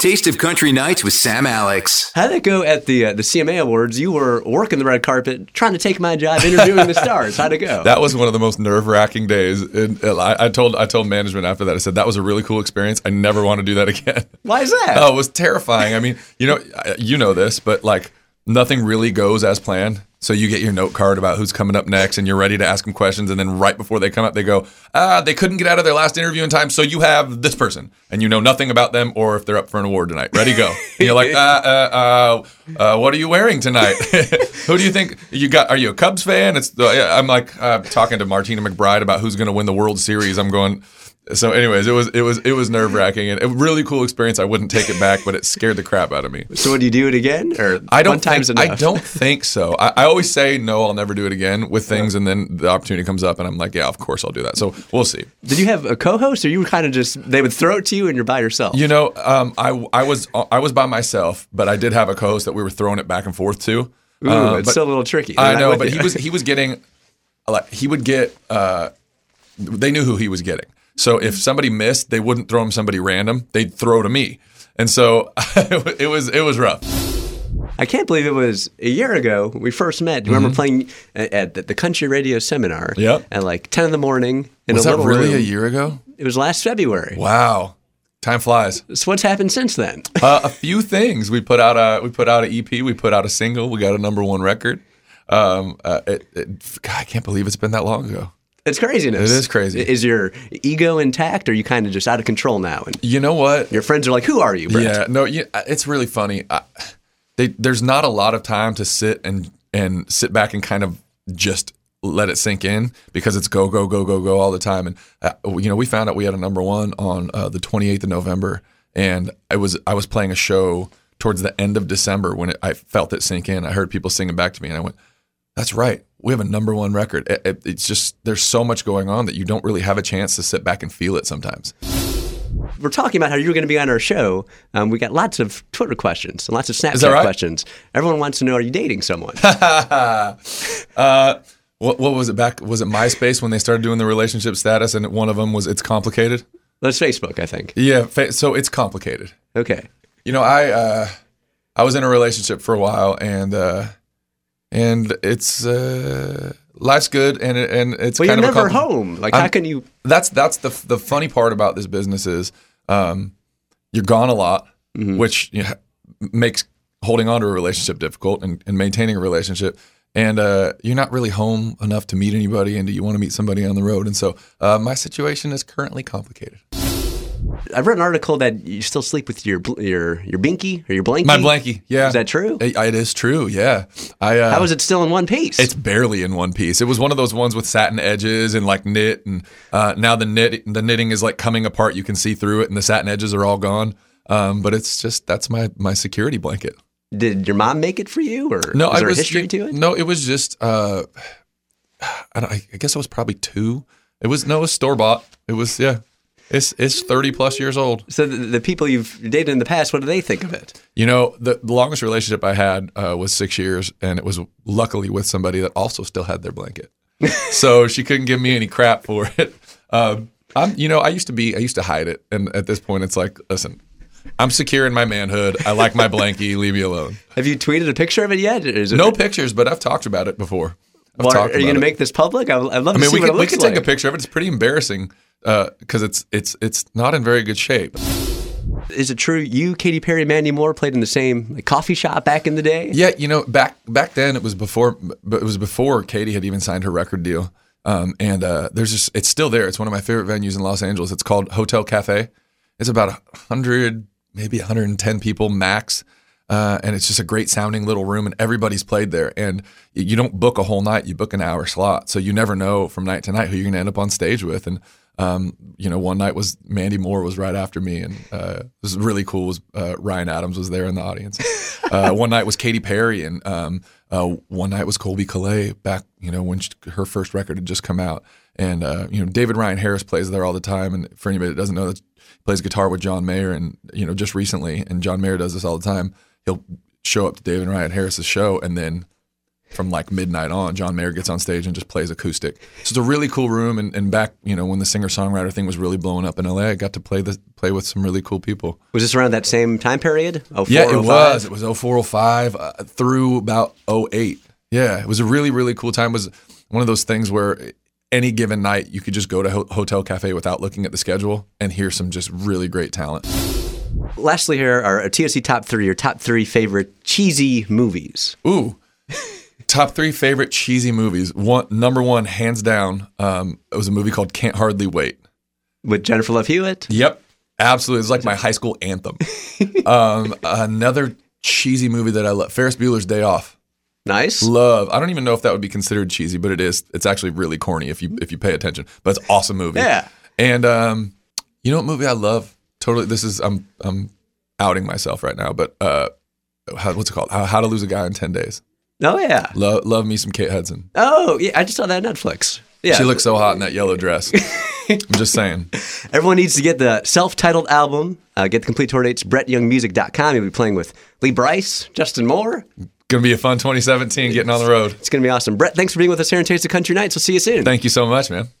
Taste of Country Nights with Sam Alex. How'd it go at the uh, the CMA Awards? You were working the red carpet, trying to take my job, interviewing the stars. How'd it go? That was one of the most nerve wracking days. And and I, I told I told management after that. I said that was a really cool experience. I never want to do that again. Why is that? Oh, it was terrifying. I mean, you know, I- you know this, but like nothing really goes as planned. So you get your note card about who's coming up next, and you're ready to ask them questions. And then right before they come up, they go, "Ah, they couldn't get out of their last interview in time, so you have this person, and you know nothing about them or if they're up for an award tonight. Ready, go." And you're like, "Uh, uh, uh, uh what are you wearing tonight? Who do you think you got? Are you a Cubs fan?" It's uh, yeah, I'm like uh, talking to Martina McBride about who's going to win the World Series. I'm going. So, anyways, it was it was it was nerve wracking and a really cool experience. I wouldn't take it back, but it scared the crap out of me. so would you do it again? Or I don't. one time's think, enough? I don't think so. I, I always say no. I'll never do it again with things, and then the opportunity comes up, and I'm like, yeah, of course I'll do that. So we'll see. Did you have a co-host, or you were kind of just they would throw it to you and you're by yourself? You know, um, I I was I was by myself, but I did have a co-host that we were throwing it back and forth to. Ooh, Uh, it's but- still a little tricky. I I'm know, with but you. he was he was getting like he would get uh they knew who he was getting. So Mm-hmm. if somebody missed, they wouldn't throw him somebody random. They'd throw to me. And so it was it was rough. I can't believe it was a year ago we first met. Do you remember playing at, at the, the country radio seminar? Mm-hmm. Yep. At like ten in the morning. In Was a that little really room. a year ago? It was last February. Wow. Time flies. So what's happened since then? Uh, a few things. We put out a we put out an EP. We put out a single. We got a number one record. Um, uh, it, it, God, I can't believe it's been that long ago. It's craziness. It is crazy. Is your ego intact, or are you kind of just out of control now? And You know what? your friends are like, "Who are you, Brett?" Yeah, no, yeah, it's really funny. I, they, there's not a lot of time to sit and and sit back and kind of just let it sink in because it's go go go go go all the time. And uh, you know, we found out we had a number one on uh, the 28th of November, and I was I was playing a show towards the end of December when it, I felt it sink in. I heard people singing back to me, and I went, "That's right." We have a number one record. It- it- it's just there's so much going on that you don't really have a chance to sit back and feel it sometimes. We're talking about how you're going to be on our show. Um, we got lots of Twitter questions and lots of Snapchat that right? questions. Everyone wants to know, "Are you dating someone?" Uh, What, what was it back? Was it MySpace when they started doing the relationship status and one of them was it's complicated? That's Facebook, I think. Yeah, fa- so it's complicated. Okay. You know, I uh, I was in a relationship for a while and uh, and it's uh, life's good and it, and it's Well, kind you're of never a compli- home. Like, how I'm- can you? That's that's the the funny part about this business is um, you're gone a lot, Mm-hmm. which you know, makes holding on to a relationship difficult and, and maintaining a relationship. And uh, you're not really home enough to meet anybody, and you want to meet somebody on the road. And so uh, my situation is currently complicated. I read an article that you still sleep with your bl- your your binky or your blankie. My blankie, yeah, Is that true? It- it is true, yeah. I uh, How is it still in one piece? It's barely in one piece. It was one of those ones with satin edges and like knit, and uh, now the knit the knitting is like coming apart. You can see through it, and the satin edges are all gone. Um, but it's just that's my my security blanket. Did your mom make it for you, or No, is I there was a history to it? No, it was just uh, I, don't, I guess I was probably two. It was no, it was store bought. It was yeah. It's it's thirty plus years old. So the, the people you've dated in the past, what do they think of it? You know, the, the longest relationship I had uh, was six years, and it was luckily with somebody that also still had their blanket. so she couldn't give me any crap for it. Um, I'm, you know, I used to be, I used to hide it, and at this point, it's like, listen, I'm secure in my manhood. I like my blankie. Leave me alone. Have you tweeted a picture of it yet? Is it, No pictures, but I've talked about it before. I've Well, are, talked are you about going to it. make this public? I, would I'd love to I mean, see we what could, it we looks could like. take a picture of it. It's pretty embarrassing because it's it's it's not in very good shape. Is it true you, Katy Perry, Mandy Moore played in the same like, coffee shop back in the day? Yeah, you know, back back then it was before, but it was before Katie had even signed her record deal. Um, and uh, there's just it's still there. It's one of my favorite venues in Los Angeles. It's called Hotel Cafe. It's about hundred, maybe 110 people max, uh, and it's just a great sounding little room. And everybody's played there. And y- you don't book a whole night; you book an hour slot, so you never know from night to night who you're going to end up on stage with. And um, you know, one night was Mandy Moore was right after me, and uh, it was really cool. Was uh, Ryan Adams was there in the audience. Uh, one night was Katy Perry, and um, uh, one night was Colby Calais back, you know, when she, her first record had just come out. And uh, you know, David Ryan Harris plays there all the time. And for anybody that doesn't know, that's, he plays guitar with John Mayer, and you know, just recently, and John Mayer does this all the time. He'll show up to David Ryan Harris's show, and then from like midnight on. John Mayer gets on stage and just plays acoustic. So it's a really cool room. And, and back, you know, when the singer songwriter thing was really blowing up in LA, I got to play the play with some really cool people. Was this around that same time period? Oh, Yeah, it was. It was 0405 uh, through about 08. Yeah, it was a really really cool time. It was one of those things where any given night you could just go to ho- hotel cafe without looking at the schedule and hear some just really great talent. Lastly, here are a TSC top three, your top three favorite cheesy movies. Ooh. Top three favorite cheesy movies. One number one, hands down. Um, it was a movie called Can't Hardly Wait. With Jennifer Love Hewitt, Yep, absolutely. It's like my high school anthem. um, another cheesy movie that I love, Ferris Bueller's Day Off. nice. Love. I don't even know if that would be considered cheesy, but it is. It's actually really corny if you if you pay attention. But it's an awesome movie. Yeah. And um, you know what movie I love? Totally. This is I'm I'm outing myself right now, but uh, how, what's it called? How, how to Lose a Guy in Ten Days. Oh yeah. Love, love me some Kate Hudson. Oh yeah. I just saw that on Netflix. Yeah. She looks so hot in that yellow dress. I'm just saying. Everyone needs to get the self-titled album. Uh, get the complete tour dates. BrettYoungMusic.com. You'll be playing with Lee Bryce, Justin Moore. Gonna be a fun 2017 getting on the road. It's gonna be awesome. Brett, thanks for being with us here in Taste of Country Nights. We'll see you soon. Thank you so much, man.